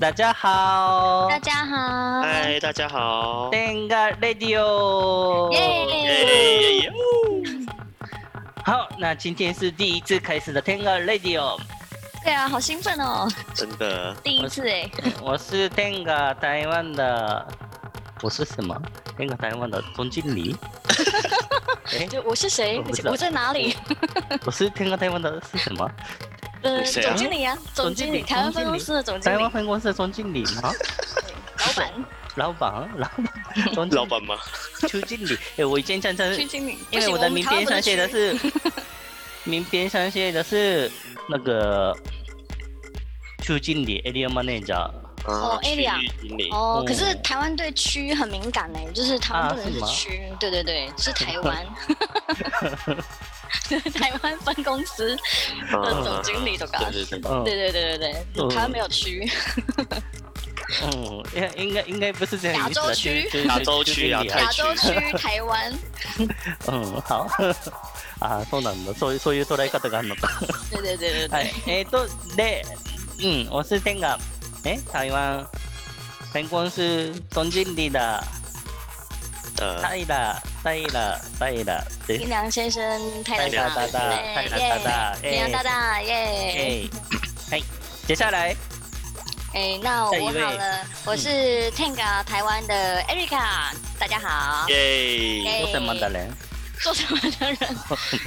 大家好，大家好，嗨，大家好。哎哎天个 radio，耶！耶耶耶哎好，那今天是第一次开始的天个 radio，对啊，好兴奋哦，真的，第一次哎，我是天个台湾的，我是什么？天个台湾的总经 理，哎、就我是谁我不知道，我在哪里？我是天个台湾的是什么？呃，你谁啊总经理啊，经总经理理，台湾总经理哎分公司的总经台理湾，分公司的总经理 吗？老 板，老板，啊老板，总老板吗？邱经理。哎、我以前真正区经理。因为不行我的名片上写的，们台湾是， 名片上写的是那个区经理 area manager，哦区 Alia 域不经理能区哦，可是嗯台湾对区很敏感哎，就是台啊湾不能是吗是区，对对对，是台 湾。台湾分公司的总经理とか啊对对对，嗯对对对对嗯对，台湾没有区，嗯，应应该应该不是这样亚意思洲的，区就是就是亚洲区区经理亚啊太亚洲区台湾，うん、好。 あ、そうなんだ。そういうそういう捉え方があるのか。对对は对对对い。。えっ、ー、とで、うん、我是天が、え、台湾分公司总经理的呃，タイラ、タイラ、タイラです林。良先生，太太大大大对太耶大大林良大大耶！哎，哎，接下来，哎，那下一我位嗯好了，我是 Tenga 台湾的 Erica，大家好。耶，耶我什么的人？做什么 的人？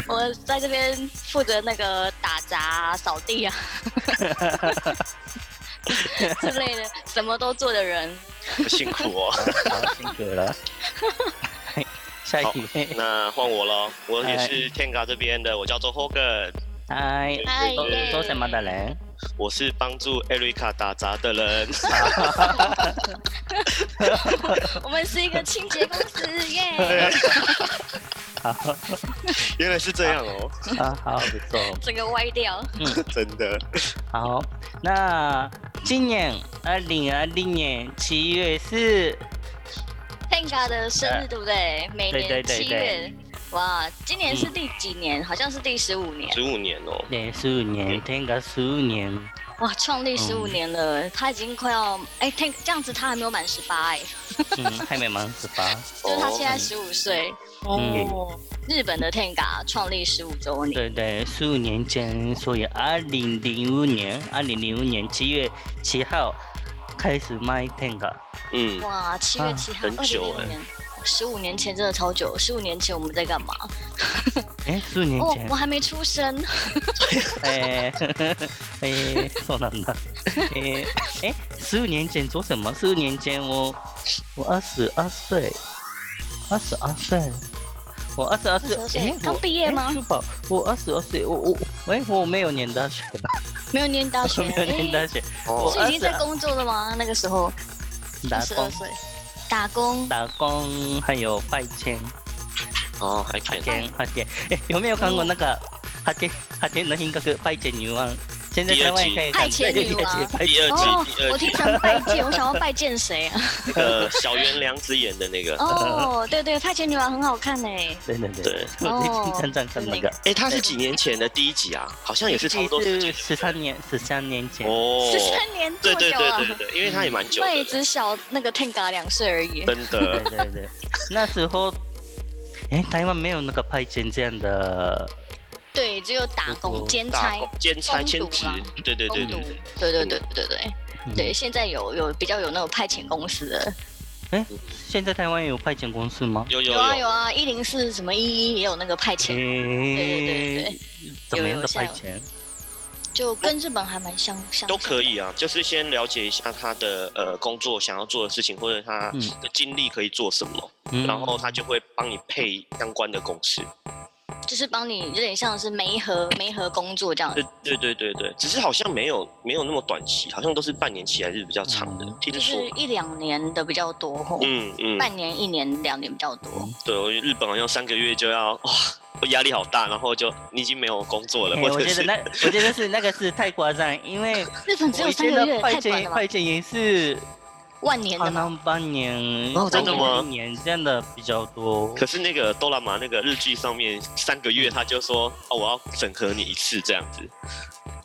我在这边负责那个打杂、扫 地啊之类的，什么都做 的人。辛苦 哦。好，辛苦了。嘿下一好位，那换我了，我也是天嘎这边的，我叫做 Hogan，嗨，嗨做耶做什么的人？我是帮助 Erica 打杂的 人。我们是一个清洁公司 耶，好，原来是这样哦，啊，好，不错，整个歪掉。真的。好。那今年二零二零年七月是， Tenga 的生日对不对？每哎对对年对七月。哇，今年是第几年？好像是第十五年。嗯十五年哦，对，十五年，天个十五年，哇，创立十五年了，嗯他已经快要哎，他这样子他还没有满十八哎，嗯，还没满十八，就是他现嗯在十五岁。哦，日本的 Tenga 创立十五周年，对对，十五年前，所以二零零五年，二零零五年七月七号开始卖天个。嗯，哇，七月啊七号，很二零久零五年，哎十五年前真的超久。十五年前我们在干嘛？え、数年哦，前我。还没出生。 えー、えー、そうなんだ。えー、え、数年前做什么？数年前我我二十二岁，二十二岁，我二十二岁22，岁哎，刚毕业吗是吧？我二十二岁，我我哎，我没有念大学，没有念大学，我 没有念大哎学，哦我是已经在工作了吗？那个时候打十二工岁，打工。打工还有派遣哦，还可派以。遣派遣，哎，有没有看过那个派遣派遣的品格派遣女王？现在第二台湾季也可以派遣 女王派遣第二哦季，第，二我听季，成拜见，我想 要拜见谁啊？那个小圆良子演的那个，哦，对对，派遣女王很好看哎。对对对对，我最近常常看那个，哎，他是几年前的第一集啊，好像也是差不多时是间十三年，十三年前，哦十三年这对么对久啊嗯对对！对，因为他也蛮久妹的，只小那个 Tenga 两岁而已。真 对的。对对，那时候，哎，台湾没有那个派遣这样的，对，只有打我工我兼哦打差。工兼差兼职工读啦，对对对工对读，对对对对对嗯对，现在有有比较有那种派遣公司的，现在台湾有派遣公司吗？有有嗯有啊有啊，一零四什么一一也有那个派哎，遣，对对对怎么样的派遣？就跟日本还蛮相相。都可以啊，就是先了解一下他的呃工作想要做的事情，或者他嗯的经历可以做什么，嗯然后他就会帮你配相关的公司。就是帮你有点像是媒合媒合工作这样。对对对对对，只是好像没有没有那么短期，好像都是半年期还是比较长的嗯，听就是说。一两年的比较多吼，嗯嗯，半年、一年、两年比较多。对，我觉得日本好像三个月就要哇，我压力好大，然后就你已经没有工作了，哎或我者觉得是那，我觉得是那个是太夸张，因为日本只我有三觉个得月，派太短遣了吧派？遣也是万年他的吗？那半年，哦真的吗一年见的比较多。可是那个哆啦 A 那个日剧上面三个月，他就说哦，我要审核你一次这样子，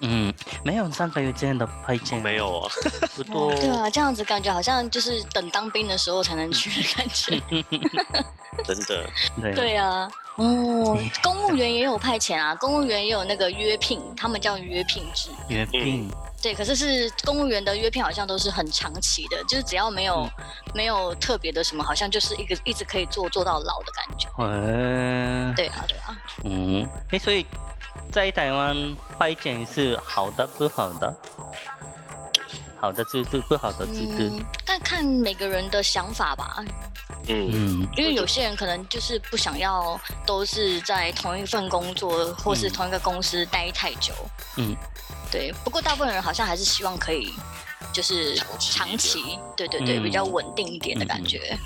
嗯，没有三个月见的派遣，没有哦，不多哦。对啊，这样子感觉好像就是等当兵的时候才能去的感觉。真的，对对啊，哦，公务员也有派遣啊，公务员也有那个约聘，他们叫约聘制。约聘，对，可是是公务员的约聘好像都是很长期的，就是只要没有、没有特别的什么，好像就是一个一直可以做做到老的感觉。嗯，对啊，对啊，嗯，哎，所以在台湾派遣是好的，不好的，好的制度，不好的制度，嗯，但看每个人的想法吧，嗯，嗯因为有些人可能就是不想要都是在同一份工作或是嗯同一个公司待太久。嗯，对，不过大部分人好像还是希望可以就是长期一长点期，对对对，嗯比较稳定一点的感觉。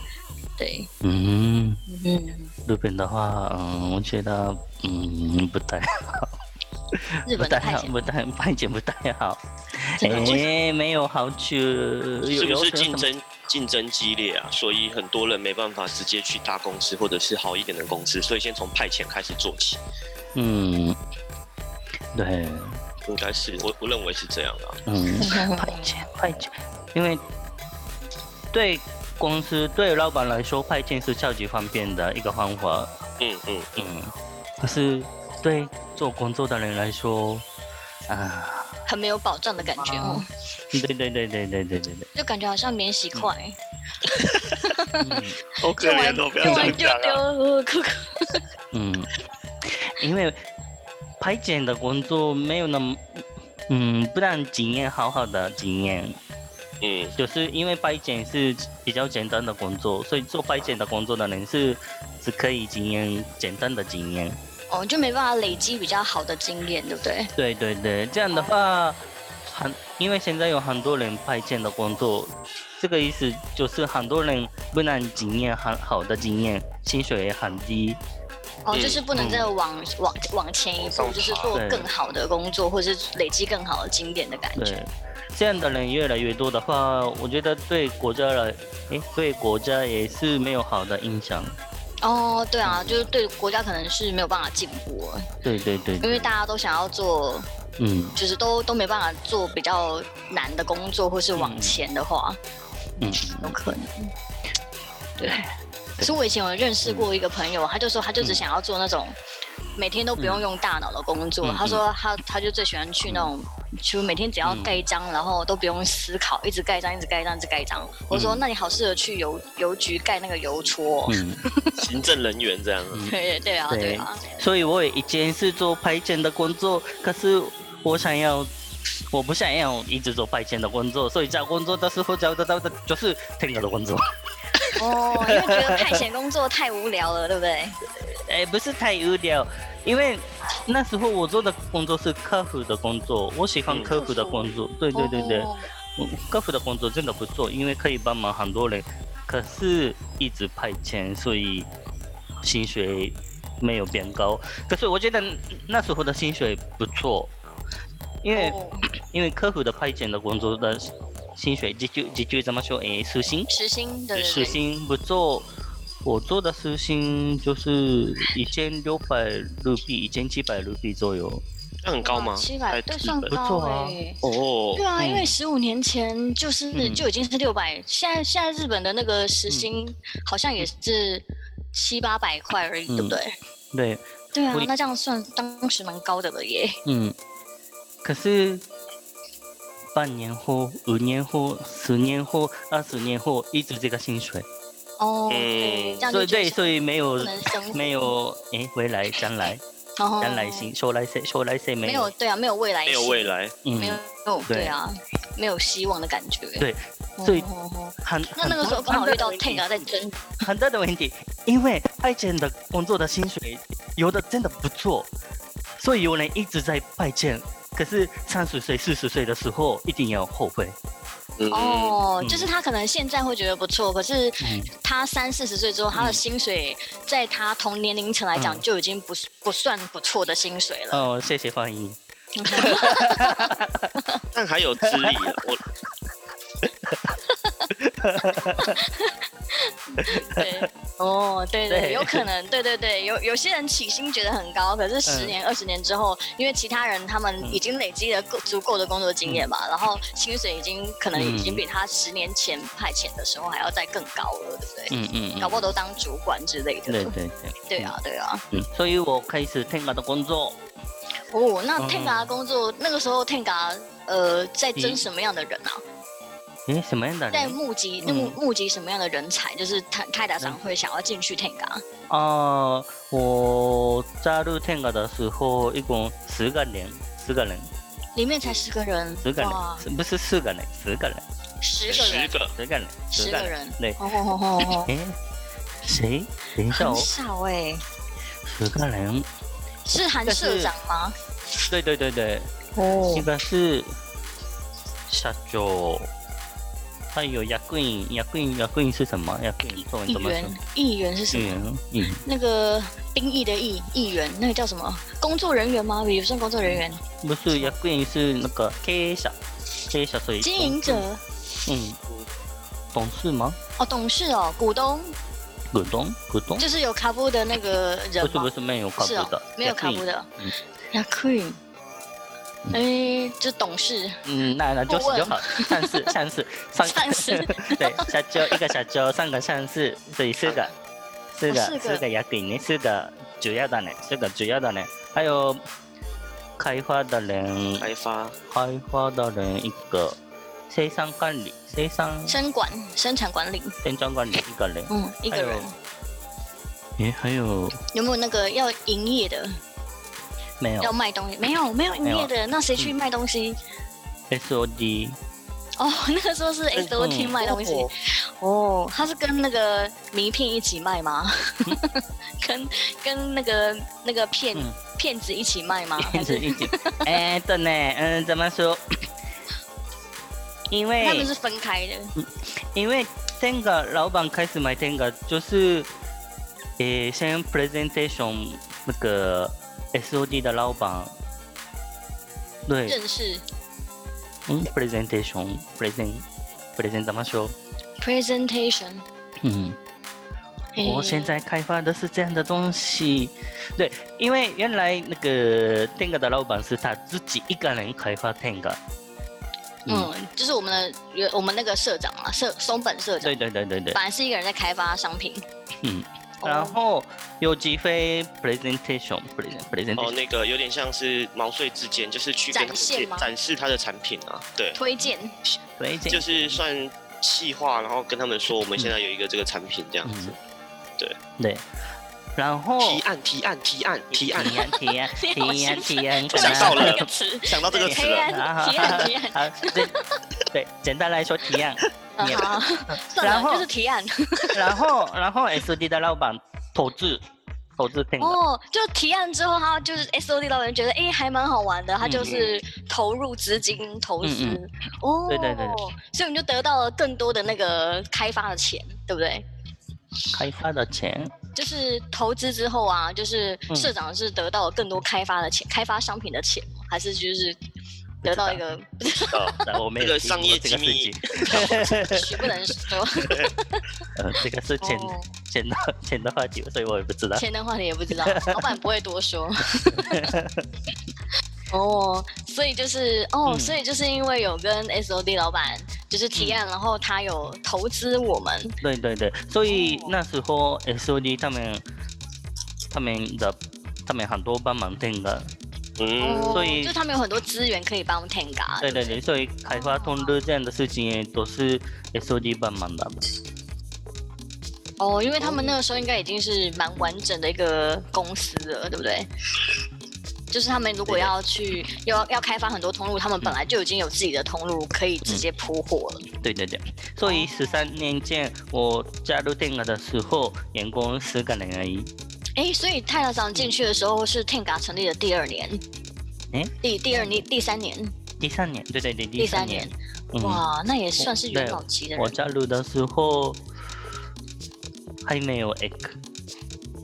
对，嗯，嗯，日本的话，嗯，我觉得，嗯，不太，日不本的派太好，遣不太派遣不太 好，真的吗哎，没有好处，有是不有是什么竞争竞争激烈啊？所以很多人没办法直接去大公司或者是好一点的公司，所以先从派遣开始做起，嗯，对，应该是我我认为是这样啊。嗯，派遣派遣，因为对公司对老板来说，派遣是超级方便的一个方法，嗯嗯嗯，可是对做工作的人来说，啊，很没有保障的感觉哦，对对对对对对对对，就感觉好像免洗筷，嗯好可用完怜哦，不用要这完就样讲丢啊。呃哭哭。嗯，因为派遣的工作没有那么，嗯，不但经验好好的经验，嗯，就是因为派遣是比较简单的工作，所以做派遣的工作的人是只可以经验简单的经验。哦，就没办法累积比较好的经验，对不对？对对对，这样的话，很因为现在有很多人派遣的工作，这个意思就是很多人不能经验很好的经验，薪水也很低。哦，嗯就是不能再往、往往前一步，往上爬就是做更好的工作，或是累积更好的经验的感觉。对，这样的人越来越多的话，我觉得对国家来，诶，对国家也是没有好的影响。哦，对嗯啊，就是对国家可能是没有办法进步了，对对对，因为对大家都想要做，嗯就是都都没办法做比较难的工作，或是往前的话，嗯有可能。对，对可是我以前有认识过一个朋友，他就说他就只想要做那种每天都不用用大脑的工作。嗯他说他他就最喜欢去那种，就每天只嗯要盖章，然后都不用思考，一直盖章，一直盖章，一直盖章。嗯我说那你好适合去邮邮局盖那个邮戳哦。嗯。行政人员这样啊。嗯 对对啊，对对啊，所以我以前是做派遣的工作，可是我想要，我不想要一直做派遣的工作，所以找工作的时候找得到的就是天鹅的工作。哦，因为觉得派遣工作太无聊了，对不对？ 哎，不是太无聊，因为那时候我做的工作是客服的工作，我喜欢嗯客服的工作。对对对对，哦嗯客服的工作真的不错，因为可以帮忙很多人，可是一直派遣，所以薪水没有变高。可是我觉得那时候的薪水不错，因为、哦因为客服的派遣的工作的薪水，就就就就怎么说？诶，时薪，时薪，对时对对，薪不错。我做的时薪就是一千六百卢比，一千七百卢比左右。那很高吗？七在百对日算本不高错啊哎。哦对，啊，嗯因为十五年前就是、嗯就已经是六百，现在现在日本的那个时薪好像也是七八百块而已，嗯对不对？对，对啊不一，那这样算当时蛮高的了耶。嗯，可是半年后、五年后、十年后、二十年后，一直这个薪水，哦，嗯对，这样所就以对，觉得所以没有不能生活，没有诶，未来将来然后将来性，将来性，将来性哦没没有有，对啊，没有未来，没有未，来，嗯没有，没有对对啊，没有希望的感觉。对所以哦哦哦很那那个时候刚好遇到 Tank 啊在争，很大的问题，因为派遣的工作的薪水有的真的不错，所以有人一直在派遣。可是三十岁、四十岁的时候，一定要后悔。嗯，哦，嗯就是他可能现在会觉得不错，可是嗯他三四十岁之后，他的薪水在他同年龄层来讲嗯就已经不是不算不错的薪水了。哦，谢谢翻译。但还有资历啊，我 对，哦，对对，对有可能，对对对，有有些人起薪觉得很高，可是十年、二十年之后，因为其他人他们嗯已经累积了够足够的工作经验嘛，然后薪水已经可能嗯已经比他十年前派遣的时候还要再更高了，对不对？嗯嗯，嗯搞不好都当主管之类的。对对对，对啊，对啊。嗯，所以我开始 Tenga 的工作，哦，那嗯 Tenga 工作那个时候 Tenga 呃在征什么样的人啊？诶，什么样的在人？募集嗯募募集什么样的人才？就是开开达商会想要进去 Tenga。啊，我加入 Tenga 的时候一共十个人，十个人，里面才十个人，十个人哇，，不是四个人，十个人，十个十人，个，十个人，十个个。人，对哦吼吼吼吼，诶，谁？等一下很哦，少哎，十个人，是韩但社是长吗？对对对对，哦一，个是社長还有役員役員役員是什么？役員中文议怎么说？员，议员是什議么？員議員那个兵役的役，议员，那个叫什么？工作人员吗？也不算工作人员，不是役員是那个経営者，経営者所以经营者嗯，董事吗？哦，董事哦，股东，股东股东？就是有卡布的那个不人是吗嗯不？是没有卡布是哦的，，没有卡布役員。的嗯，那 Queen，哎，就董事，嗯，那那就顾是问就好，上市上市上上市 对，社長一个社長三个上市，所以四个四个哦四个四个役員ね、四个主要だね、四个主要だね。还有開发的人，开发开发的人一个，生産管理、生産生管，生产管理，生产管理一个人，嗯，一个还有人，诶，还有有没有那个要营业的？没有要卖东西，没有没有营没有嗯业的，那谁去卖东西？ SOD 哦， 那个时候是 S O T 嗯卖东西哦哦，他是跟那个名片一起卖吗？ 跟跟那个那个骗嗯骗子一起卖吗？还骗子是一起？哎，对呢，嗯，怎么说？因他们为是分开的？因为 Tenga 老板开始买 Tenga 就是，诶，先 presentation 那个 SOD 的老板，对，认识嗯，presentation present present 怎么说？ presentation。嗯。我哦现在开发的是这样的东西，对，因为原来那个 Tenga 的老板是他自己一个人开发 Tenga，嗯，就是我们的有我们那个社长嘛，社松本社长对，对对对对，本来是一个人在开发商品。嗯，哦，然后有几飞 presentation present 哦， presentation，那个有点像是毛遂自荐，就是去跟他展现们吗展展示他的产品啊，对，推荐推荐，就是算细化，然后跟他们说我们现在有一个这个产品这样子嗯，，对，然嗯哦后提案提案提案提案，提案提案你 好提案兴奋提案，突想然到想了一个词，想到这个词啊提 了，案提案 提案，啊，对对，简单来说提 案，嗯提案 好，算然了，后嗯就是 提案。然后然后 SD 的老板投资投资 Tenga。哦，就提案之后，他就是 S O D 老板觉得哎、诶还蛮好玩的，他就是投入资金投资、嗯嗯哦，对对对所以我们就得到了更多的那个开发的钱，对不对？开发的钱，就是投资之后啊，就是嗯社长是得到了更多开发的钱，开发商品的钱吗，还是就是得到一个哦， 那我们这个商业这个事机密情，啊许不能说呃，这个是 钱哦钱的钱的话题，所以我也不知道。钱的话你也不知道，老板不会 多说。哦，所以就是哦，嗯所以就是因为有跟 SOD 老板就是提嗯案，然后他有投资我们，对对对，所以哦那时候 SOD 他们他们的他们很多帮忙定的， 嗯，哦所以就他们有很多资源可以帮 Tenga。对对对，所以开发通路这样的事情也都是 SOD 帮忙的。哦，因为他们那个时候应该已经是蛮完整的一个公司了，对不对？就是他们如果对的嗯要去要要开发很多通路，他们本来就已经有自己的通路可以直接铺货了。对对对，所哦以十三年前我加入定了的时候，员工十个人而已。哎，所以泰拉长进去的时候是 Tenga 成立的第二年，诶第第二年第三年第三年，对对对，第第三三年年，，嗯。哇，那也算是元老级的我人，加入的时候还没有 egg，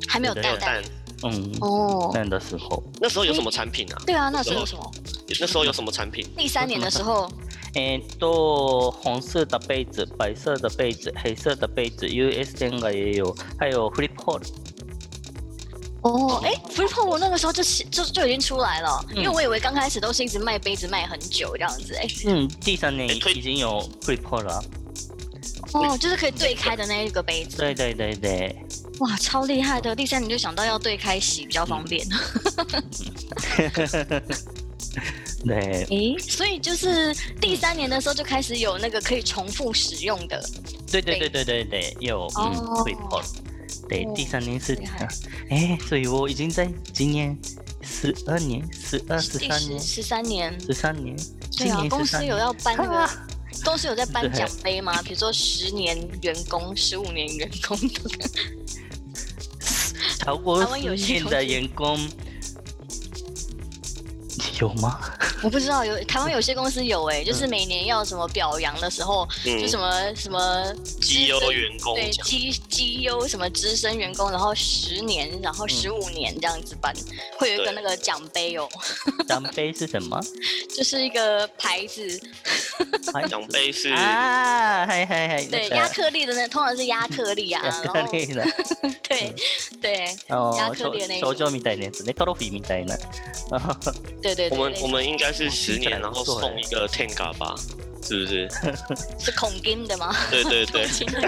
还没有对代对代但嗯，哦。那的时候那时候有什么产品啊？对啊，那时候有什么？那时候有什么产品？ 第三年的时候，えーっと、本数的被子、白色的被子、黑色的被子，US 店が也有，还有 Flip Hall。哦，哎，Free p o 我那个时候就起就就已经出来了，嗯因为我以为刚开始都是一直卖杯子卖很久这样子，哎，嗯，第三年哎已推已经有 Flip Hall 了。哦，就是可以对开的那一个杯子，对对对对，哇，超厉害的！第三你就想到要对开洗比较方便， 对，诶，所以就是第三年的时候就开始有那个可以重复使用的，对对对对对对，有嗯哦 Flip Hall。对，哦第三年是厉害，哎，所以我已经在今年十二年、十二、十第三呃十年、十三年，十三年，对今啊，年公13司有年要颁那个 啊。公司有在颁对奖杯吗？比如说十年员工、十五年员工都可以超过台 湾有十些年同的学员工有吗？我不知道，有台湾有些公司有哎、就是每年要什么表扬的时候，就什么什么绩优资深嗯员工对奖绩绩优什么资深员工，然后十年，然后十五年这样子办，会有一个对那个奖杯哦， 奖杯是什么？就是一个牌子，哎奖杯是啊，嗨嗨嗨，对，那个亚克力的那通常是亚克力啊，亚然克后力的，对对 哦亚，克力的那一少种女みたいなやつね、トロフィーみたいな。 对对我对，们我对们应该是十听起来年，然后不错送一个 Tenga 吧，是不是？是孔金的吗？对对 对孔，金的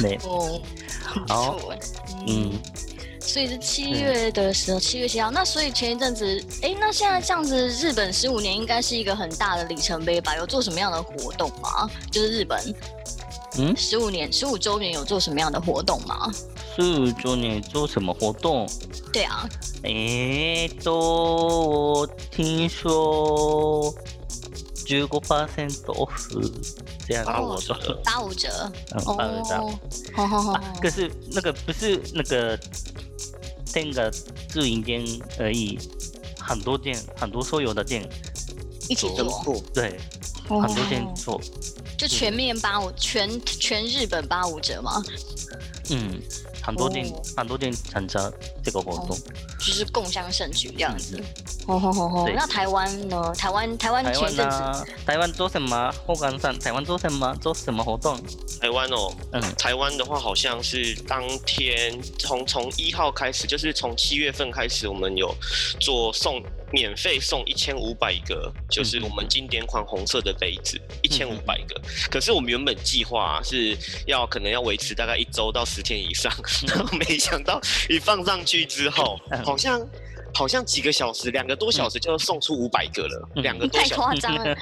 对，哦，好不错嗯，所以是七月的时候，七月七号。那所以前一阵子，哎，那现在这样子，日本十五年应该是一个很大的里程碑吧？有做什么样的活动吗？就是日本，嗯十五年、十五周年有做什么样的活动吗？四周年做什么活动？对啊，えーと、我听说15%オフ这样打子五折，八五折哦嗯，八五折。，好好好啊，，可是那个不是那个那个自营店而已，很多店，很多所有的店，一起真做，酷，对，哦很多店做，就全面八五，全全日本八五折吗？嗯，很多店哦，很多店参加这个活动。就是共襄盛举这样子嗯。哦吼吼吼对那台湾呢？台湾台湾台前湾一阵子啊呢？台湾做什么？后港上，台湾做什么？做什么活动？台湾哦，嗯，台湾的话好像是当天从从一号开始，就是从七月份开始，我们有做送免费送一千五百个，就是我们经典款红色的杯子嗯一千五百个。可是我们原本计划、啊、是要可能要维持大概一周到十天 以上，然后没想到一放上去之后嗯，好像。好像几个小时，两个多小时就送出五百个了，嗯两个多太小时。夸张 了。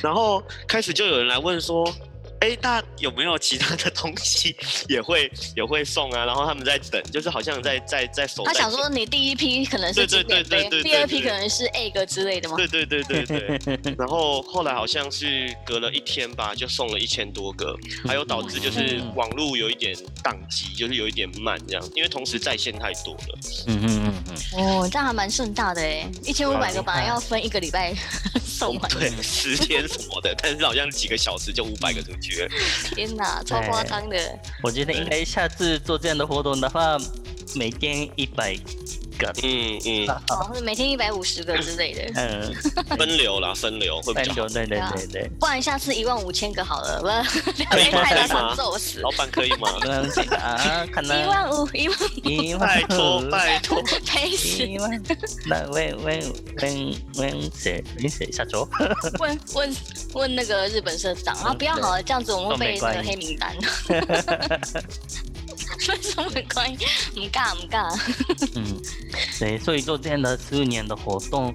然后开始就有人来问说，哎，那有没有其他的东西也会也会送啊？然后他们在等，就是好像在在在守。他想说，你第一批可能是经典杯对对对对对，对第二批可能是 egg 之类的吗？对对对 对对。然后后来好像是隔了一天吧，就送了一千多个，还有导致就是嗯网络有一点宕机，就是有一点慢这样，因为同时在线太多了。嗯嗯嗯嗯。哦，这样还蛮盛大的哎，一千五百个本来要分一个礼拜送完，哦对，十天什么的，但是好像几个小时就五百个出去了。 天哪，超夸张的。我觉得应该下次做这样的活动的话，每天一百个，嗯 嗯，哦，或者每天一百五十个之类的，嗯，分流啦，分流会三比较流，好。对对对对。不然下次一万五千个好了， 不，两倍太难想揍死。老板可以 吗？嗯，这个啊，可一能万五，一万 一万拜托拜托。赔死。一万，那问问问问谁？问谁下周？问问问那个日本社长啊，嗯不要好了，这样子我们会都没被关那系个黑名单。分什么关系？唔尬唔尬。嗯，对，所以做这样的十五年的活动，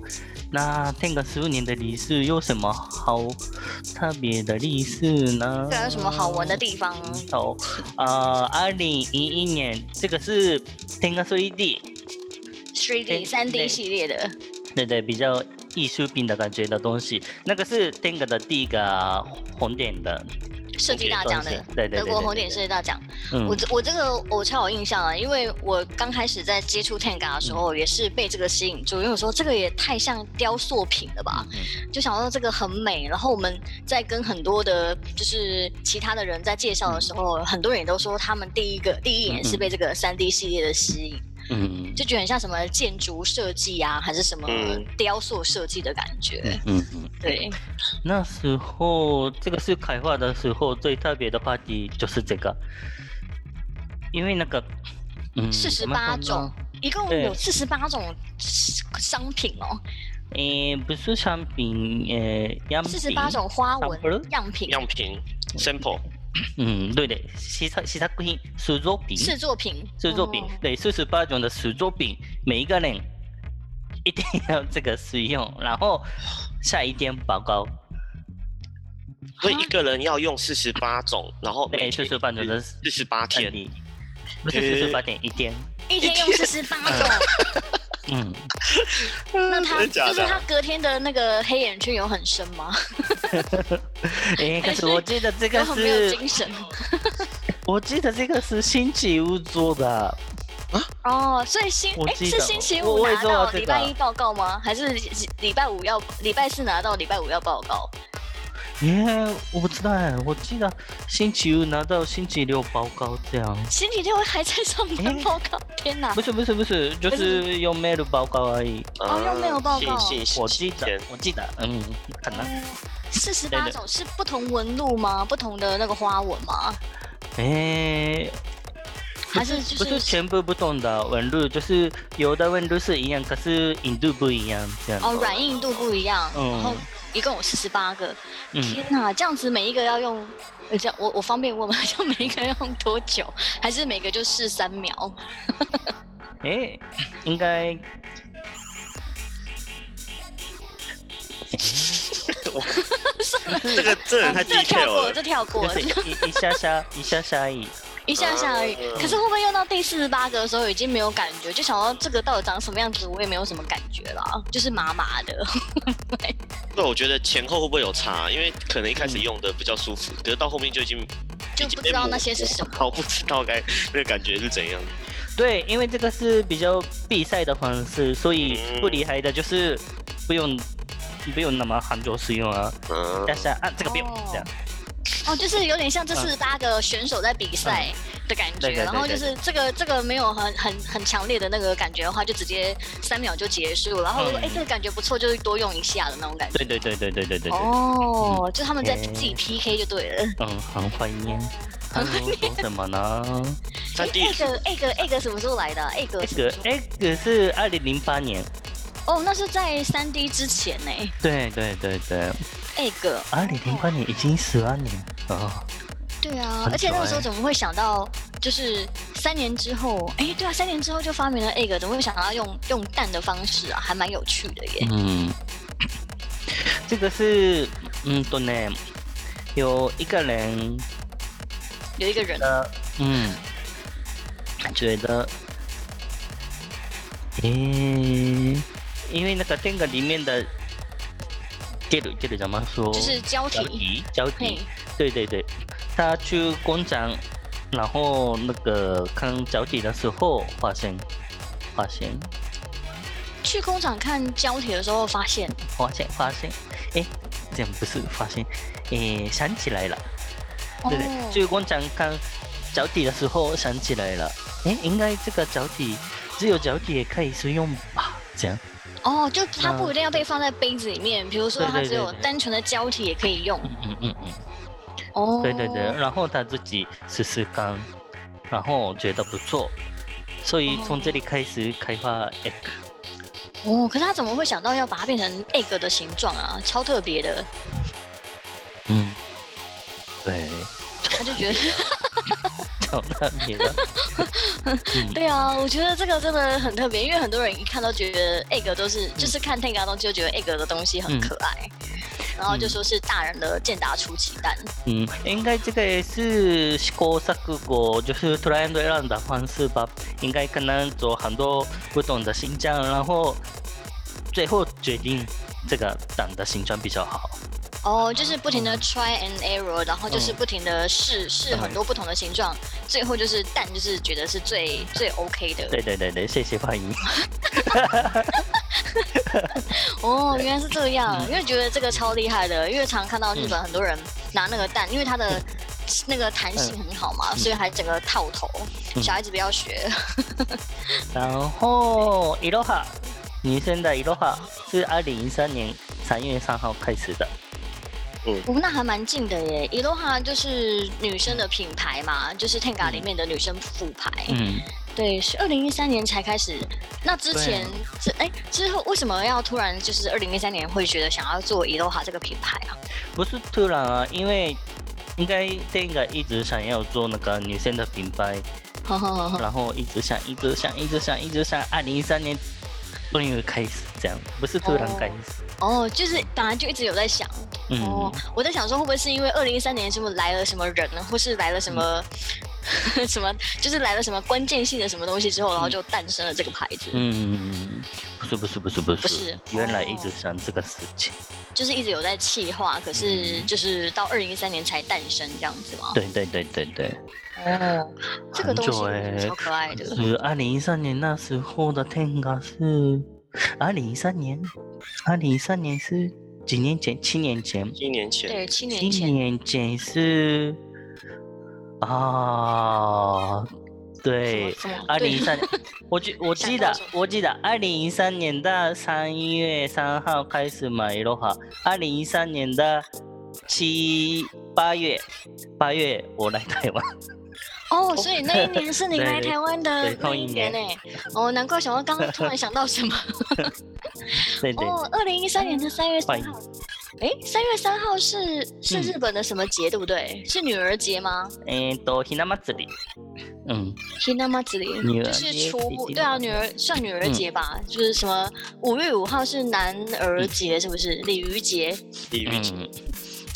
那这个十五年的历史有什么好特别的历史呢？对啊，有什么好玩的地方？哦，呃，二零一一年这个是天歌 3D， 3 D、对三嗯对 D 系列的对对，比较艺术品的感觉的东西，那个是天歌的第一个红点的，设计大奖的，对对对对对德国红点设计大奖。嗯我这我这个我超有印象啊，因为我刚开始在接触 Tenga 的时嗯候，也是被这个吸引住，因为我说这个也太像雕塑品了吧，嗯就想到这个很美。然后我们在跟很多的，就是其他嗯的人在介绍的时候，很多人也都说他们第一个第一眼是被这个三 D 系列的吸引。嗯就觉得很像什么建筑设计啊，还是什么嗯雕塑设计的感觉。嗯嗯嗯，对，那时候这个是开发的时候最特别的 party 就是这个，因为那个，嗯， 48怎么说呢种，一共对有四十八种商品哦，诶、不是商品，诶、样四十八品种花 sample？纹样品、样品 sample，嗯，对的，試作試作品、試作品、试作品、試作品 哦，对，四十八种的试作品，每一个人一定要这个使用，然后下一天报告。所以一个人要用四十八种，然后每对，四十八种的四十八案天，例，不是四十八点一天。一天用四十八 种，嗯，那他嗯真的假就是他的？隔天的那个黑眼圈有很深吗？诶、可是我记得这有个很没有是，精神我记得这个是星期五做的，哦。所以星我哎记是得星期我五我也拿做了到这礼拜个一报告吗？还是礼拜五要礼拜四拿到礼拜五要报告？耶、我不知道哎，我记得星期五拿到星期六报告这样。星期六还在上班哎报告？天哪不！是不是不是，就不是是用 mail 报告而已。哦又没有报告嗯信我记得天，我记得，嗯，可能，四十对八的种是不同纹路吗？不同的那个花纹吗？诶、不还是就不是是全部不同的纹路，就是有的纹路是一样，可是硬度不一样，这样。哦，软硬度不一样，嗯然后一共有四十八个。嗯，天哪，这样子每一个要用，呃这样我我方便问吗？ 就每一个要用多久？还是每个就试三秒？诶、应该，这个这人太啊 这个跳 detail 过，了，这跳过就，是一一下下一下下而已。一下下而已。嗯可是会不会用到第四十八个的时候已经没有感觉？就想到这个到底长什么样子，我也没有什么感觉啦，就是麻麻的。 对，我觉得前后会不会有差？因为可能一开始嗯用的比较舒服，可是到后面就已经 就不知道那些是什么我不知道该那个感觉是怎样。对，因为这个是比较比赛的方式，所以嗯不厉害的就是不用不用那么很久使用啊，嗯下，下啊这个不用哦这样。哦，就是有点像这嗯四十八个选手在比赛的感觉，对对对然后就是这个这个没有很很很强烈的那个感觉的话，就直接三秒就结束。然后如果嗯哎、这个感觉不错，就是多用一下的那种感觉。对对对对对对对对。哦，就他们在自己嗯 PK 就对了。嗯，很怀念。他们说什么呢？那第一 egg egg egg 什么时候来的啊？egg 这什么个时候 X 是二零零八年，哦，那是在三 D 之前呢、对对对对， egg 二零零八年已经十二年了。哦对啊，很而且久那个时候欸怎么会想到，就是三年之后，哎、对啊，三年之后就发明了 egg，怎么会想到用用蛋的方式啊？还蛮有趣的耶。嗯，这个是嗯，对呢，有一个人有一个人的嗯，觉得，诶、因为那个这个里面的。这里这里怎么说？就是交交替，集，交嘿集，对对对，他去工厂，然后那个看交集的时候发现，发现，去工厂看胶体的时候发现，发现，发现，哎，这样不是发现，哎，想起来了，对对，哦去工厂看脚底的时候想起来了，哎，应该这个脚底只有脚底也可以使用吧？这样，哦，就它嗯不一定要被放在杯子里面，比如说对它对只有对对单纯的胶体也可以用。嗯嗯嗯嗯，哦，对对对，然后他自己试试看，然后觉得不错，所以从这里开始开发 X。哦，可是他怎么会想到要把它变成 egg 的形状啊？超特别的，嗯，对，他就觉得， 找到你 了。嗯，对啊，我觉得这个真的很特别，因为很多人一看都觉得 egg 都是，就是看 Tenga 的东西就觉得 egg 的东西很可爱，然后就说是大人的健达出奇蛋。嗯，应该这个也是试行錯誤，就是 try and error 的方式吧。应该可能做很多不同的形状，然后最后决定这个党的形状比较好。哦，就是不停的 try and error，然后就是不停的试试嗯很多不同的形状，最后就是蛋就是觉得是最最 OK 的。对对对对，谢谢翻译。哦，对原来是这样，嗯嗯因为觉得这个超厉害的，因为常看到日本很多人拿那个蛋，因为它的那个弹性很好嘛，所以还整个套头，嗯小孩子不要学。然后伊洛哈，女生的伊洛哈是二零一三年三月三号开始的。哦，那还蛮近的耶。伊洛哈就是女生的品牌嘛，就是 Tenga 里面的女生副牌。嗯，对，是二零一三年才开始。那之前是哎，之后为什么要突然就是二零一三年会觉得想要做伊洛哈这个品牌啊？ 不是突然啊，因为应该这个一直想要做那个女生的品牌，呵呵呵呵然后一直想，一直想，一直想，一直想，二零一三年终于开始这样，不是突然开始。哦，就是本来就一直有在想。哦嗯，，我在想说会不会是因为二零一三年什么来了什么人呢，或是来了什么、 什么，就是来了什么关键性的什么东西之后，然后就诞生了这个牌子，嗯，不是不是不是不是，不是哦原来一直想这个事情。就是一直有在企划，可是嗯就是到二零一三年才诞生这样子吗？对对对对对，哦，这个很东久西欸超可爱的。是二零一三年那时候的 Tenga 是二零一三年，二零一三年是几年前？七年前，一年前，对，七年七前，年前是啊，对，什么什么欸二零对一三，我记我记得想到什我记得二零一三年的三月三号开始买的话，二零一三年的七八月八月我来台湾，哦，所以那一年是你 对来台湾的对那同一一年年呢、哦，难怪想到刚刚突然想到什么。对对，哦，二零一三年的三月三号。哎，三月三号是是嗯日本的什么节，对不对？是女儿节吗？えー、とひな祭り。嗯，ひな祭り女儿就节是初一定对啊，要女儿算女儿节吧，就是什么五月五号是男儿节，是不是？鲤鱼节鲤鱼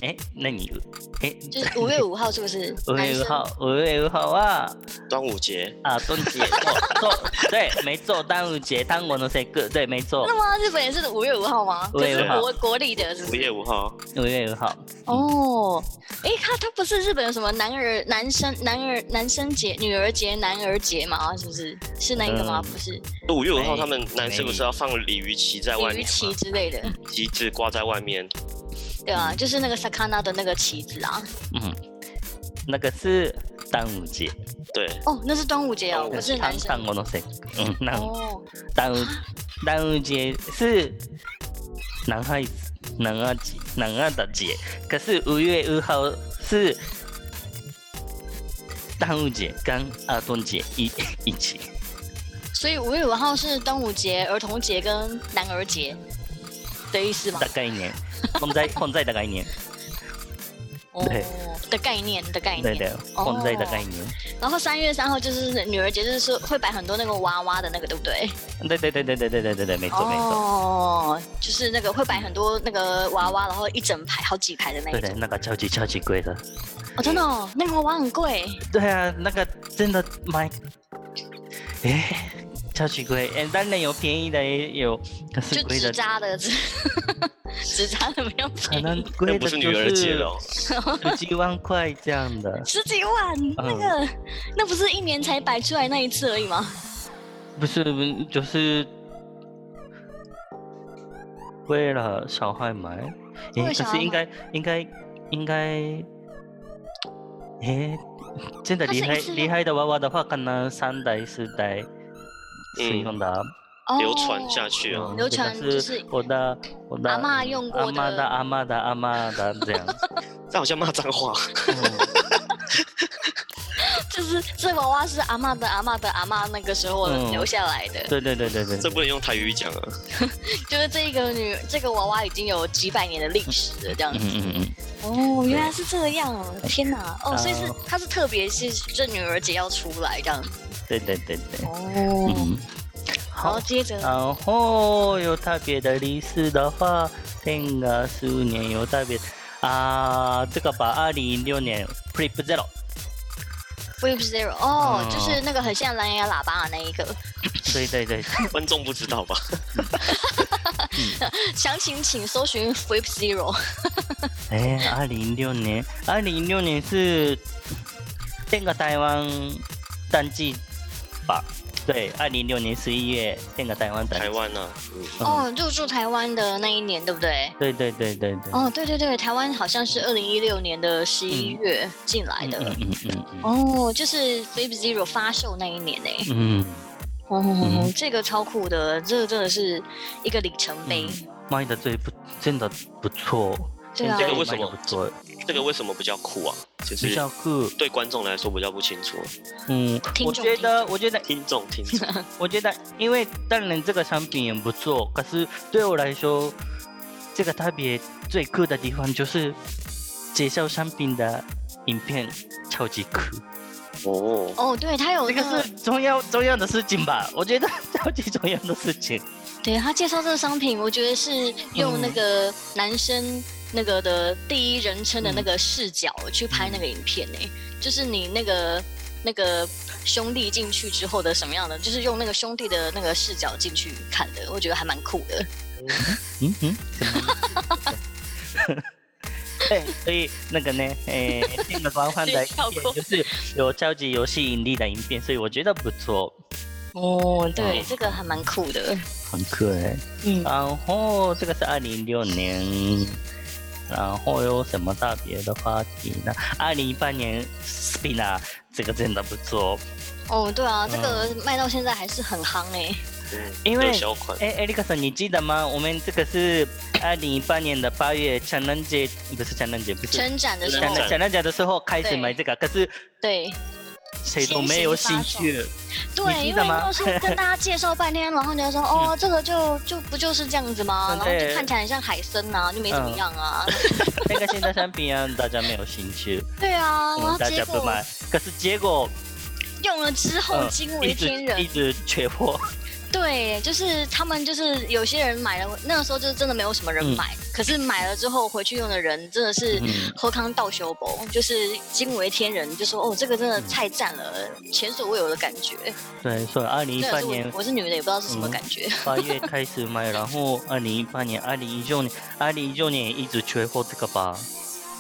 嗯，え、何？え、就是五月五号，是不是？ウ男ェウ生ハウェウハは端午节，啊，端午 节，错错，对，没错，端午节，端午の節句，对，没错那，么日本也是五月五号吗？五就月是五号国国历的，是不五月是？五号，五月五号。哦，哎，他他不是日本有什么男儿男生男儿男生节、女儿节、男儿节吗？是不是？是那个吗？嗯不是，五月五号没他们男生不是要放鲤鱼旗在外鲤鱼面旗吗？之类的，旗子挂在外面，对啊，就是那个 sakana 的那个旗子啊。嗯，那个是端午节，对，哦，那是端午节哦，哦不是端男端生。午の節句。嗯，那哦，端午端午节是男孩子男二节男二的节，可是五月五号是端午节跟儿童节一一起。所以五月五号是端午节、儿童节跟男儿节的意思吗的？概念，混在混在的概念，哦对的概念的概对念。的，混在的概念，然后三月三号就是女儿节，就是说会摆很多那个娃娃的那个，对不对？对对对对对对对对对，没错没错，哦，就是那个会摆很多那个娃娃，然后一整排好几排的那对一的，种。那个超级超级贵的，哦，真的哦，那个娃娃很贵。对啊，那个真的买，哎，超级贵，哎，当然有便宜的，也有，可就是贵纸的，扎的，纸 纸扎的没有可便能宜，，贵那的不就是女儿节了哦，十几万块这样的十几万，那嗯个那不是一年才摆出来那一次而已吗？不是，就是为了小孩买，诶为了可小是孩应该应该应该，诶，真的它是厉害一次厉害的娃娃的话，可能三代四代使嗯用的，哦流传下去嗯哦。流这个传就是是我的我的阿嬷用过阿妈的的阿妈的阿妈的这 样，这好像骂脏话， 嗯就是这娃娃是阿嬷的阿嬷的阿嬷那个时候嗯留下来的，对对对对对这，不能用台语讲 啊。就是这个女这个娃娃已经有几百年的历史了，这样嗯子。嗯嗯哦，原来是这样哦！天哪，哦，啊所以是它是特别是这女儿节要出来这样。嗯，对对对对，哦，嗯，然好啊后。接着然后有特别的历史的话，天啊，十五年有特别啊，这个吧，二零一六年 Flip Zero， Wave Zero，哦，嗯就是那个很像蓝牙喇叭的那一个，对对 对，观众不知道 吧？详情请搜寻 Wave Zero。哎，二零一六年，二零一六年是这个台湾单季吧，对，二零一六年十一月天 e 台湾展台。湾呢、嗯，哦，入驻台湾的那一年，对不对？对对对对对。哦，对对对，台湾好像是二零一六年的十一月进来嗯，的。嗯嗯嗯嗯哦，就是 Babe Zero 发售那一年诶、嗯。哦、嗯这个超酷的，这个真的是一个里程碑。卖的最不真的不错，对啊这，个为什么卖得不错？这个为什么比较酷啊？就比是较酷，对观众来说比较不清楚，嗯，听我众觉得，我觉得，听众听众， 我觉得，因为当然这个商品也不错，可是对我来说，这个特别最酷的地方就是介绍商品的影片超级酷，哦，哦，对，他有这那个个是，重要重要的事情吧？我觉得超级重要的事情，对他介绍这个商品，我觉得是用那个男生那个的第一人称的那个视角去拍那个影片诶、就是你那个那个兄弟进去之后的什么样的，就是用那个兄弟的那个视角进去看的，我觉得还蛮酷的。 嗯嗯。对，所以那个呢，诶、那个官方的影跳片过就是有超级有吸引力的影片，所以我觉得不错，哦，对哦，这个还蛮酷的。很可爱。嗯，然后这个是二零一六年，然后有什么特别的话题呢？二零一八年 Spina 这个真的不错，哦，对啊，这个卖到现在还是很夯欸诶、嗯因为热销 款，哎，艾利克森，你记得吗？我们这个是二零一八年的八月情人节，不是情人节，不是情成展的时人候成，展情人节的时候开始买这个，可是对谁都没有兴趣。对，你记因为得吗都是跟大家介绍半天，然后人 家说哦，这个就就不就是这样子吗？然后嗯对嗯就看起来很像海参啊，就没怎么样 啊。那个现在商品啊，大家没有兴 趣，对啊，然嗯后大结家不果买。可是结果用了之后嗯惊为一直天一人。直缺货，对，就是他们就是有些人买了，那个时候就是真的没有什么人嗯买，可是买了之后回去用的人真的是。嗯喝康道修博就是惊为天人，就说哦，这个真嗯的太赞了，前所未有的感觉。 对，所以二零一真八的是我年我是女的，也不知道是什么嗯感觉。八月开始卖，然后二零一八年、二零一九年、二零一九年也一直缺货这个吧？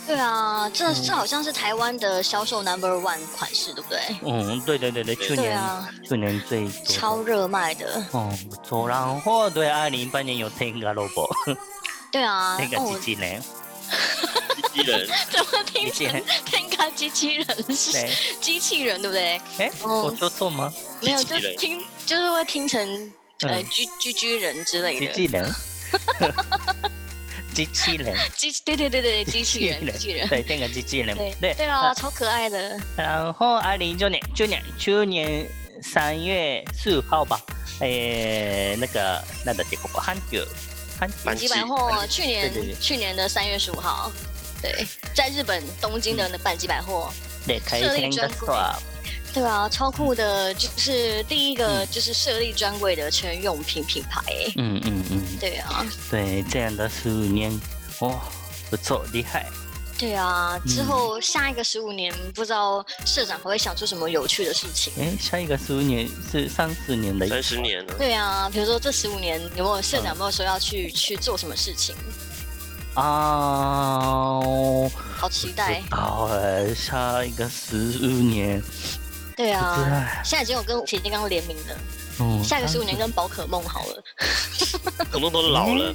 对啊，这嗯这好像是台湾的销售 number one 款式，对不对？嗯，对对对对，去对年、啊，去年最多的。超热卖的。哦，不错。然后对，二零一八年有 Tenga Robo，对啊，那个机哦， 器人，机器人，怎么听机器成人，天咖机器人是对，机器人，对不对？哎，哦我说错吗？没有，机器就人听就是会听成呃居居居人之类嗯机的器。 人，机器人，机对对对对，机器人，机器人。对，那个机器人对，对对啊，超可爱的。然后二零一九年，去年去年三月四号吧，哎，那个那个结果，韩剧，韩剧蛮几百记货去年对对对去年的三月十五号，对，在日本东京嗯的那版几百货，对，开设立 Tenga 专柜 Store。对啊，超酷的，就是第一个就是设立专柜的成人用品品牌、欸，嗯嗯嗯，对啊，对，这样的十五年，哦，不错，厉害。对啊，之后下一个十五年，不知道社长还会想出什么有趣的事情。哎，下一个十五年是三十年的，三十年了，对啊，比如说这十五年有没有社长有没有说要去、去做什么事情？啊，好期待！好哎，下一个十五年，对不知啊，道哎现在已经有跟铁金刚联名了，嗯，下个十五年跟宝可梦好了。可能都老了，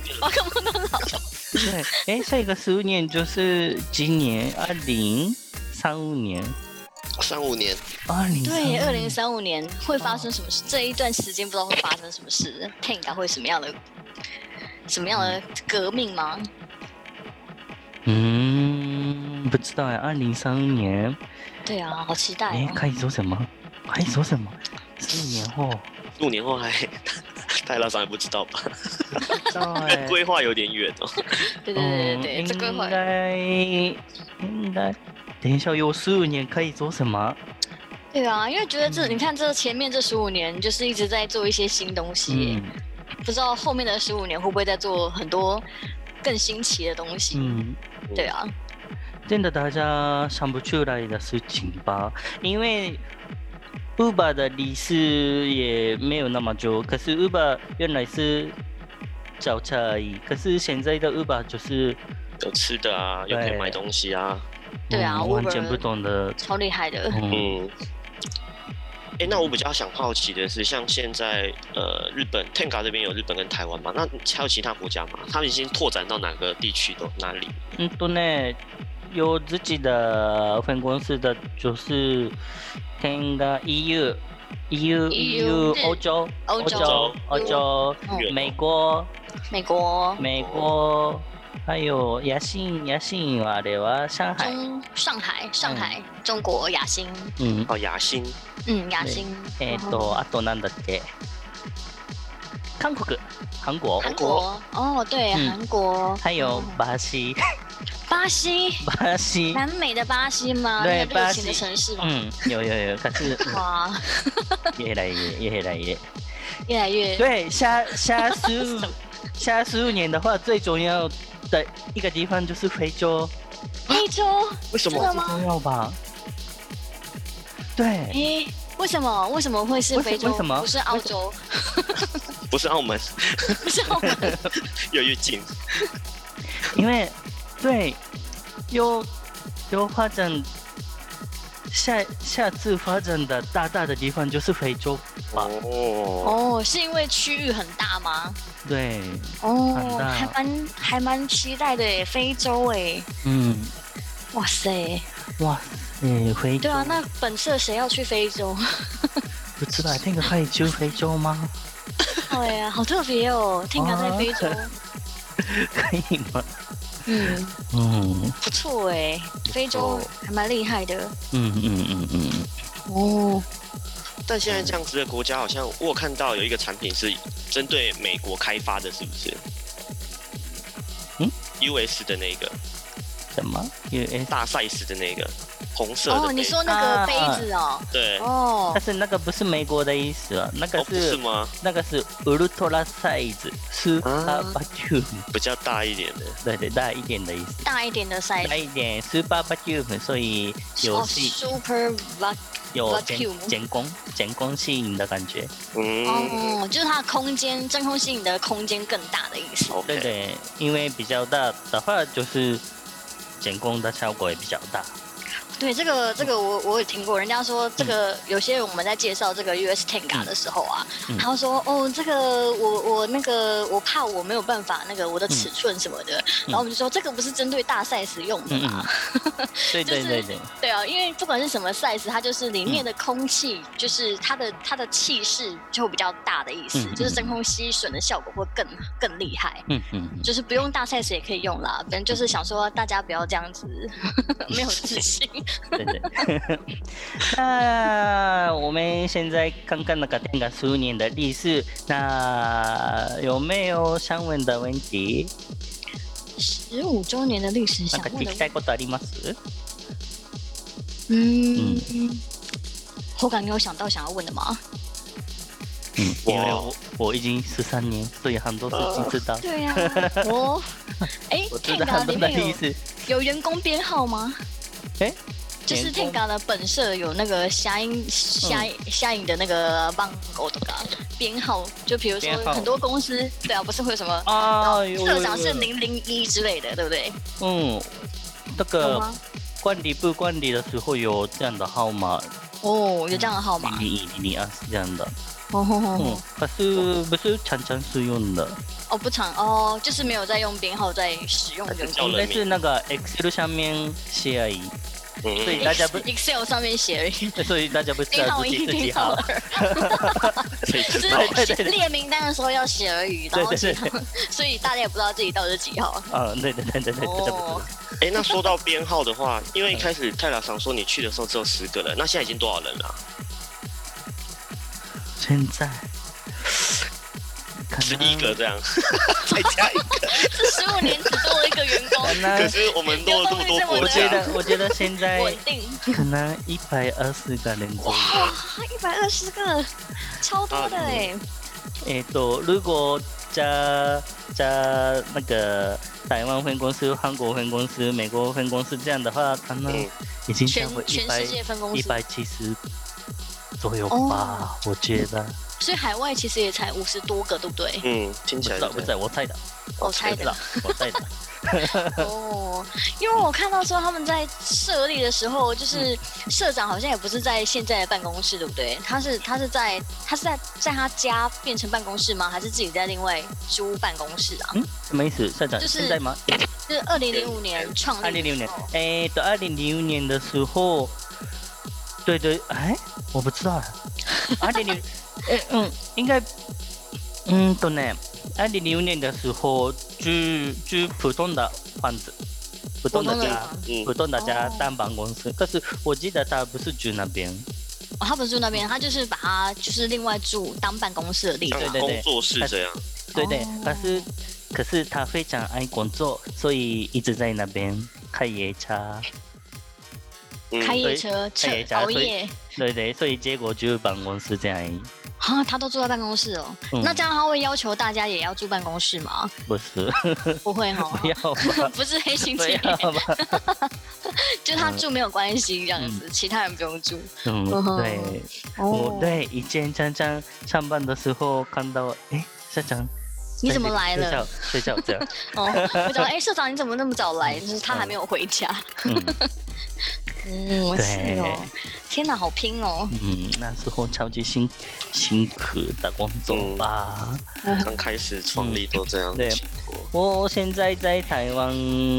对，哎，下一个十五年就是今年二零三五年，嗯三五年，二零对，二零嗯三五年会发生什么事？这一段时间不知道会发生什么事，Tank 啊会什么样的什么样的革命吗？嗯，不知道哎，二零三五年，对啊，好期待哎，哦！可以做什么？可以做什么？十五年后，五年后还 泰拉桑也不知道吧？不知 道哎。规划有点远哦，对对对对，嗯这个应会该应该，等一下有十五年可以做什么？对啊，因为觉得这嗯你看这前面这十五年就是一直在做一些新东西，嗯不知道后面的十五年会不会再做很多更新奇的东西？嗯，对啊，真的大家想不出来的事情吧？因为 Uber 的历史也没有那么久，可是 Uber 原来是轿车而已，可是现在的 Uber 就是嗯有吃的啊，又可以买东西啊，对啊嗯完全 Uber 不同的，嗯超厉害的。嗯，嗯。哎，那我比较想好奇的是，像现在呃日本 Tenga 这边有日本跟台湾嘛，那还有其他国家嘛？他们已经拓展到哪个地区的哪里？嗯，对呢，有自己的分公司的就是 Tenga EU。EU EU 是欧洲、欧欧洲洲、欧洲、嗯美国、美国、美国，还有雅信、雅信はあれは上海。中、上海、上海、嗯中国、雅欣，うん。哦，雅欣嗯，雅欣，えっ、と、あとなんだっけ。韓国、韓国、韩国，哦，对，嗯韩国，还有嗯巴西，巴西，巴西，南美的巴西吗？对那个热情巴西的城市吗？嗯，有有有，可是哇，越来越越来越。越来越对，下下十五下十五年的话，最重要的一个地方就是非洲，非洲，为什真么的？吗？重要吧？对，诶，为什么为什么会是哎为什非洲？为什么不是澳洲？不是澳门，不是澳门？ 越来越近。因为对有有发展下下次发展的大大的地方就是非洲吧？哦，哦，是因为区域很大吗？对，很哦，大还蛮还蛮期待的耶，非洲诶，嗯，哇塞，哇，嗯，非洲对啊，那本色谁要去 非洲？不知道那个非洲非洲吗？ 对哎呀，好特别哦，听讲在非洲，可以吗？嗯，嗯不错诶，非洲还蛮厉害的嗯嗯嗯嗯，哦，但现在这样子的国家，好像我有看到有一个产品是针对美国开发的，是不是？嗯，US 的那个什么？US？大赛事的那个红色的那个、哦，你说那啊个杯子哦，对？哦但，是那个不是美国的意思啊，那个哦，不是是吗？那个是 ultra size super 啊 vacuum，比较大一点的，对对，大一点的意思，大一点的 size 大一点 super vacuum，所以有哦吸，Super Vac。有减 vacuum 减功减功吸引的感觉，嗯哦，就是它的空间真空吸引的空间更大的意思。 ，OK，对对，因为比较大的话就是减功的效果也比较大，对，这个这个我我也听过，人家说这个、有些人我们在介绍这个 US Tenga 的时候啊，嗯他说哦，这个我我那个我怕我没有办法那个我的尺寸什么的，然后我们就说这个不是针对大 size 用的嗯啦，嗯， 对对对对，对啊，因为不管是什么 size，它就是里面的空气，就是它的它的气势就会比较大的意思，嗯嗯就是真空吸吮的效果会更更厉害。嗯嗯，就是不用大 size 也可以用啦，反正就是想说大家不要这样子， 没有自信。嗯对 对。那我们现在看看那个电感十五年的历史，那有没有想问的问题？十五周年的历史，な想んか问聞的き，たいことあります？嗯，我感觉有想到想要问的吗？嗯，因为哇我我已经十三年，所以很多事情知道。对 呀、我，哎我知道很，Tenga 多里的面意有思。有员工编号吗？哎，就是员工嗯 Tenga 的本社有那个虾影虾虾影的那个 b a n g o 的编号，就比如说编号很多公司，对啊，不是会有 什么啊，有社长是。零零一之类的，对不对？有有嗯，那有个吗？管理部管理的时候有这样的号码，哦，有这样的号码。零一零零二是这样的。哦吼吼嗯吼，，可是不是常常是用的，哦不长哦，就是没有在用编号在使用员叫工应该人是名，那个 Excel 上面写而已，所以嗯，大家不， Excel 上面写 而已，所以大家不知编道号自一、己是编几号号。二，可嗯以就知道是列名单的时候要写而已，然后对对几号，所以大家也不知道自己到底是几号。嗯，对对对对对对对哦。，哎、那说到编号的话，因为一开始泰拉常说你去的时候只有十个人，那现在已经多少人了、啊现在可十能一个嗯这样， 再加一个。这十五年只多了一个员工可，可能是我们多了这么多国我觉家，得，我觉得现在稳定可能一百二十个人左右。哇，一百二十个，超多啊的嗯哎，えっと、如果加加那个台湾分公司、韩国分公司、美国分公司这样的话，可能嗯已经超全过一全百世界分公一司哦百七十左右吧，我觉得。所以海外其实也才五十多个，对不对？嗯，听不起来知是道，不知这样道，我猜的，我猜不知的道。，我猜的。哦，因为我看到说他们在设立的时候，就是社长好像也不是在现在的办公室，对不对？他是他是在他是在在他家变成办公室吗？还是自己在另外租办公室啊？嗯，什么意思？社长，就是现在吗？就是二零零五年创立，二零零五年，哎，到二零零五年的时候，对对，哎，我不知道 啊，二零零，哎，嗯，应该，嗯，懂呢。二零零五年的时候，住住普通的房子，普通的普通的家房，嗯普通的家哦当办公室。可是我记得他不是住那边，哦，他不是住那边，他就是把它就是另外住当办公室的地方。对像对工作室这样，对对哦，可是可是他非常爱工作，所以一直在那边开夜车，嗯开夜对车，彻开夜车熬所以夜对对，所以结果就办公室这样而已。啊，他都住在办公室哦。嗯那这样他会要求大家也要住办公室吗？不是，不会哈、，不要吧不是黑心不企业，要吧，就他住没有关系这样子，其他人不用住。嗯，嗯对，嗯我对以前常常上班的时候看到，哎，社长，你怎么来睡觉了？睡觉这样， 哦，我讲哎，社长你怎么那么早来？就是他还没有回家。嗯嗯，是对哦。天哪，好拼哦！嗯，那时候超级辛辛苦的工作吧。刚开始创立都这样嗯对情况。我现在在台湾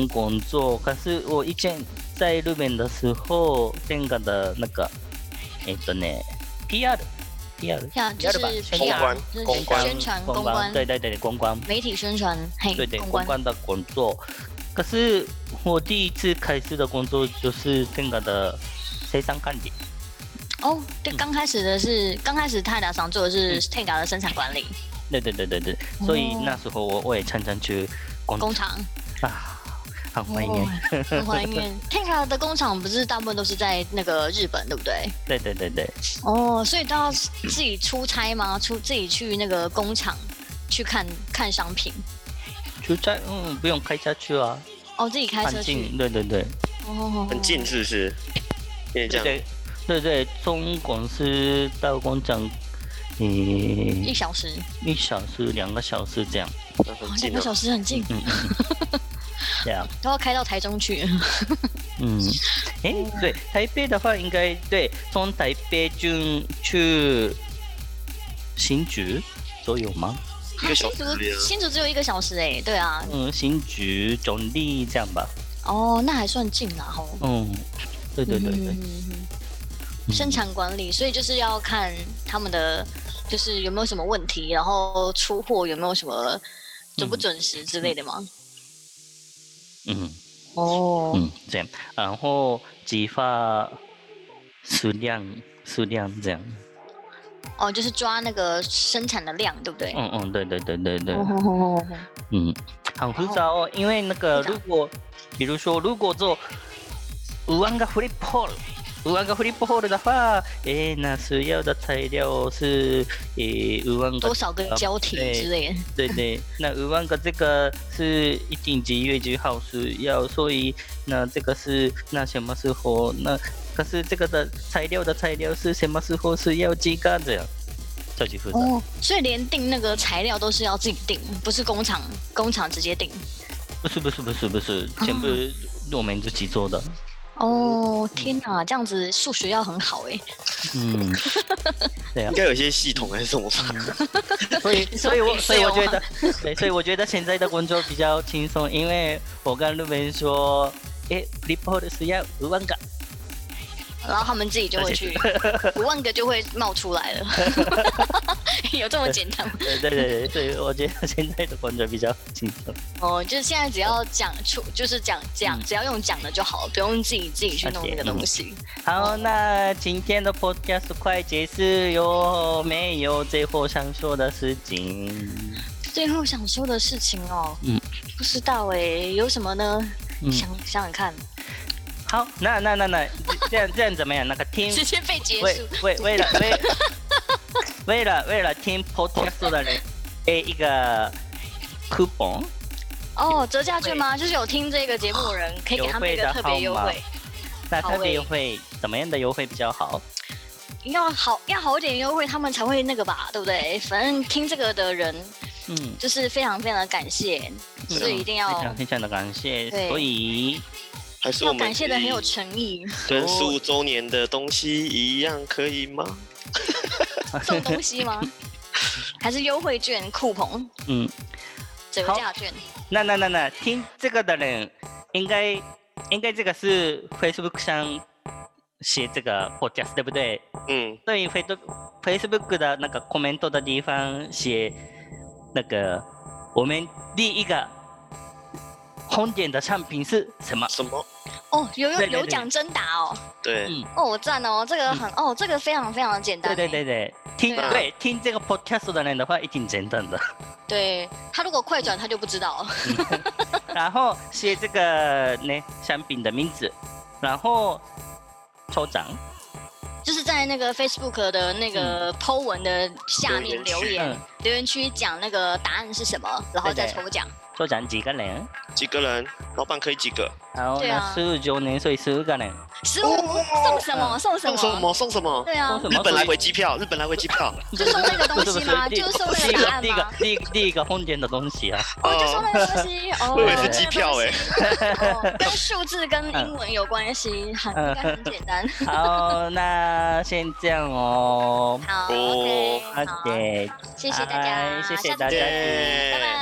工作，可是我以前在日本的时候，那个的那个，えっとね、PR、PR、像就是吧，宣公传关 PR，就是公关宣传、公关，关、对对对，公关，媒体宣传，嘿对，对公公关。关的工作。可是我第一次开始的工作就是那个的生产管理，哦，对，刚开始的是刚开始泰达想做的是嗯 Tenga 的生产管理对对对对对，所以哦那时候我我也常常去工工厂，啊，很怀念，哦很怀 念 Tenga 的工厂，不是大部分都是在那个日本，对不对？对对对对。哦，所以都要自己出差吗？出自己去那个工厂去看看商品，出差，嗯，不用开车去啊，哦，自己开车很去，近，对对对。哦，很近是不是？因为这样，对对对，从公司到工厂，嗯，一小时，一小时、两个小时这样。那哦很两近个小哦。时很近，嗯嗯，这样， 都要开到台中去。嗯，哎，对，台北的话应该对，从台北进去新竹都有吗？ 一个新小时竹而已啊新竹只有一个小时哎，对啊，嗯，新竹总理这样吧。哦，那还算近啦吼。嗯，对对对对嗯，嗯嗯嗯生产管理，所以就是要看他们的就是有没有什么问题，然后出货有没有什么准嗯不准时之类的吗？嗯哦，嗯这样，然后理发数量数量这样。哦，就是抓那个生产的量，对不对？嗯嗯，对对对对对。哦吼吼吼吼嗯，很复杂哦，因为那个复杂如果，比如说如果做五万个 flip hole，五万个 flip hole 的话，诶，那需要的材料是诶五万个多，少个胶体之类的。对对，那五万个这个是一定几月几号需要，所以那这个是那什么时候那。可是这个的材料的材料是什么时候是要几个这样，超级复杂。哦，所以连定那个材料都是要自己定，不是工厂工厂直接定。不是不是不是不是，全部我们自己做的。哦，天哪，这样子数学要很好哎。嗯，对啊应，该有一些系统还是什么吧？所以你说所以我 Excel 所以我觉得，对，所以我觉得现在的工作比较轻松，因为我跟路边说，诶 r e p o r t 是要五万个，然后他们自己就会去，五万个就会冒出来 了，有这么简单吗？对对对对，所以我觉得现在的工作比较轻松。哦，就是现在只要讲出，就是讲讲，嗯只要用讲的就好了，不用自己自己去弄那个东西。好，那今天的 podcast 快结束哟，没有最后想说的事情。最后想说的事情哦，嗯不知道哎，有什么呢？嗯，想想想看，好，那那那那这样这样怎么样？那个听直接被结为束。为为了为为了为了听 podcast 的人给一个 coupon 哦，折价券吗？就是有听这个节目的人，可以给他们一个特别优优惠的号码惠。那特好诶别优惠怎么样的优惠比较好？要好要好一点优惠，他们才会那个吧，对不对？反正听这个的人嗯，就是非常非常的感谢，对啊所以一非定要常非常的感谢，对所以还是我要们感谢的可以很有诚意，跟十五周年的东西一样，可以吗？送东西吗？还是优惠券、酷鹏、嗯，折价券？那那那那听这个的人，应该应该这个是 Facebook 上写这个 podcast 对不对？嗯，所以 Face Facebook 的那个 comment 的地方写那个我们第一个红点的产品是什么？什么？哦，有有对对对有奖征答哦，对，嗯哦赞哦，这个很哦，这个非常非常的简单对欸。对对对，听对啊对听这个 podcast 的人的话，一定简单的。对，他如果快转他就不知道。然后写这个呢产品的名字，然后抽奖，就是在那个 Facebook 的那个 Po 文的下面留留言区言嗯，留言区讲那个答案是什么，然后再抽奖。抽奖几个人？几个人？老板可以几个？然后对呢啊，十五周年，所以十五个人。十五送什么？啊送什哦送什么？么？送什么？对啊送，什么日本来回机票，日本来回机票。就送那个东西 吗？不是就不是送那个答案第一个吗？第一个第一第一个封建的东西啊，哦，就送那个东西。哦，我以为是机票哎、那个东西。哦跟数字跟英文有关系，很应该很简单。好，那先这样哦。好 哦，OK，好， OK，谢谢大家，嗨谢谢下次大家见耶拜拜。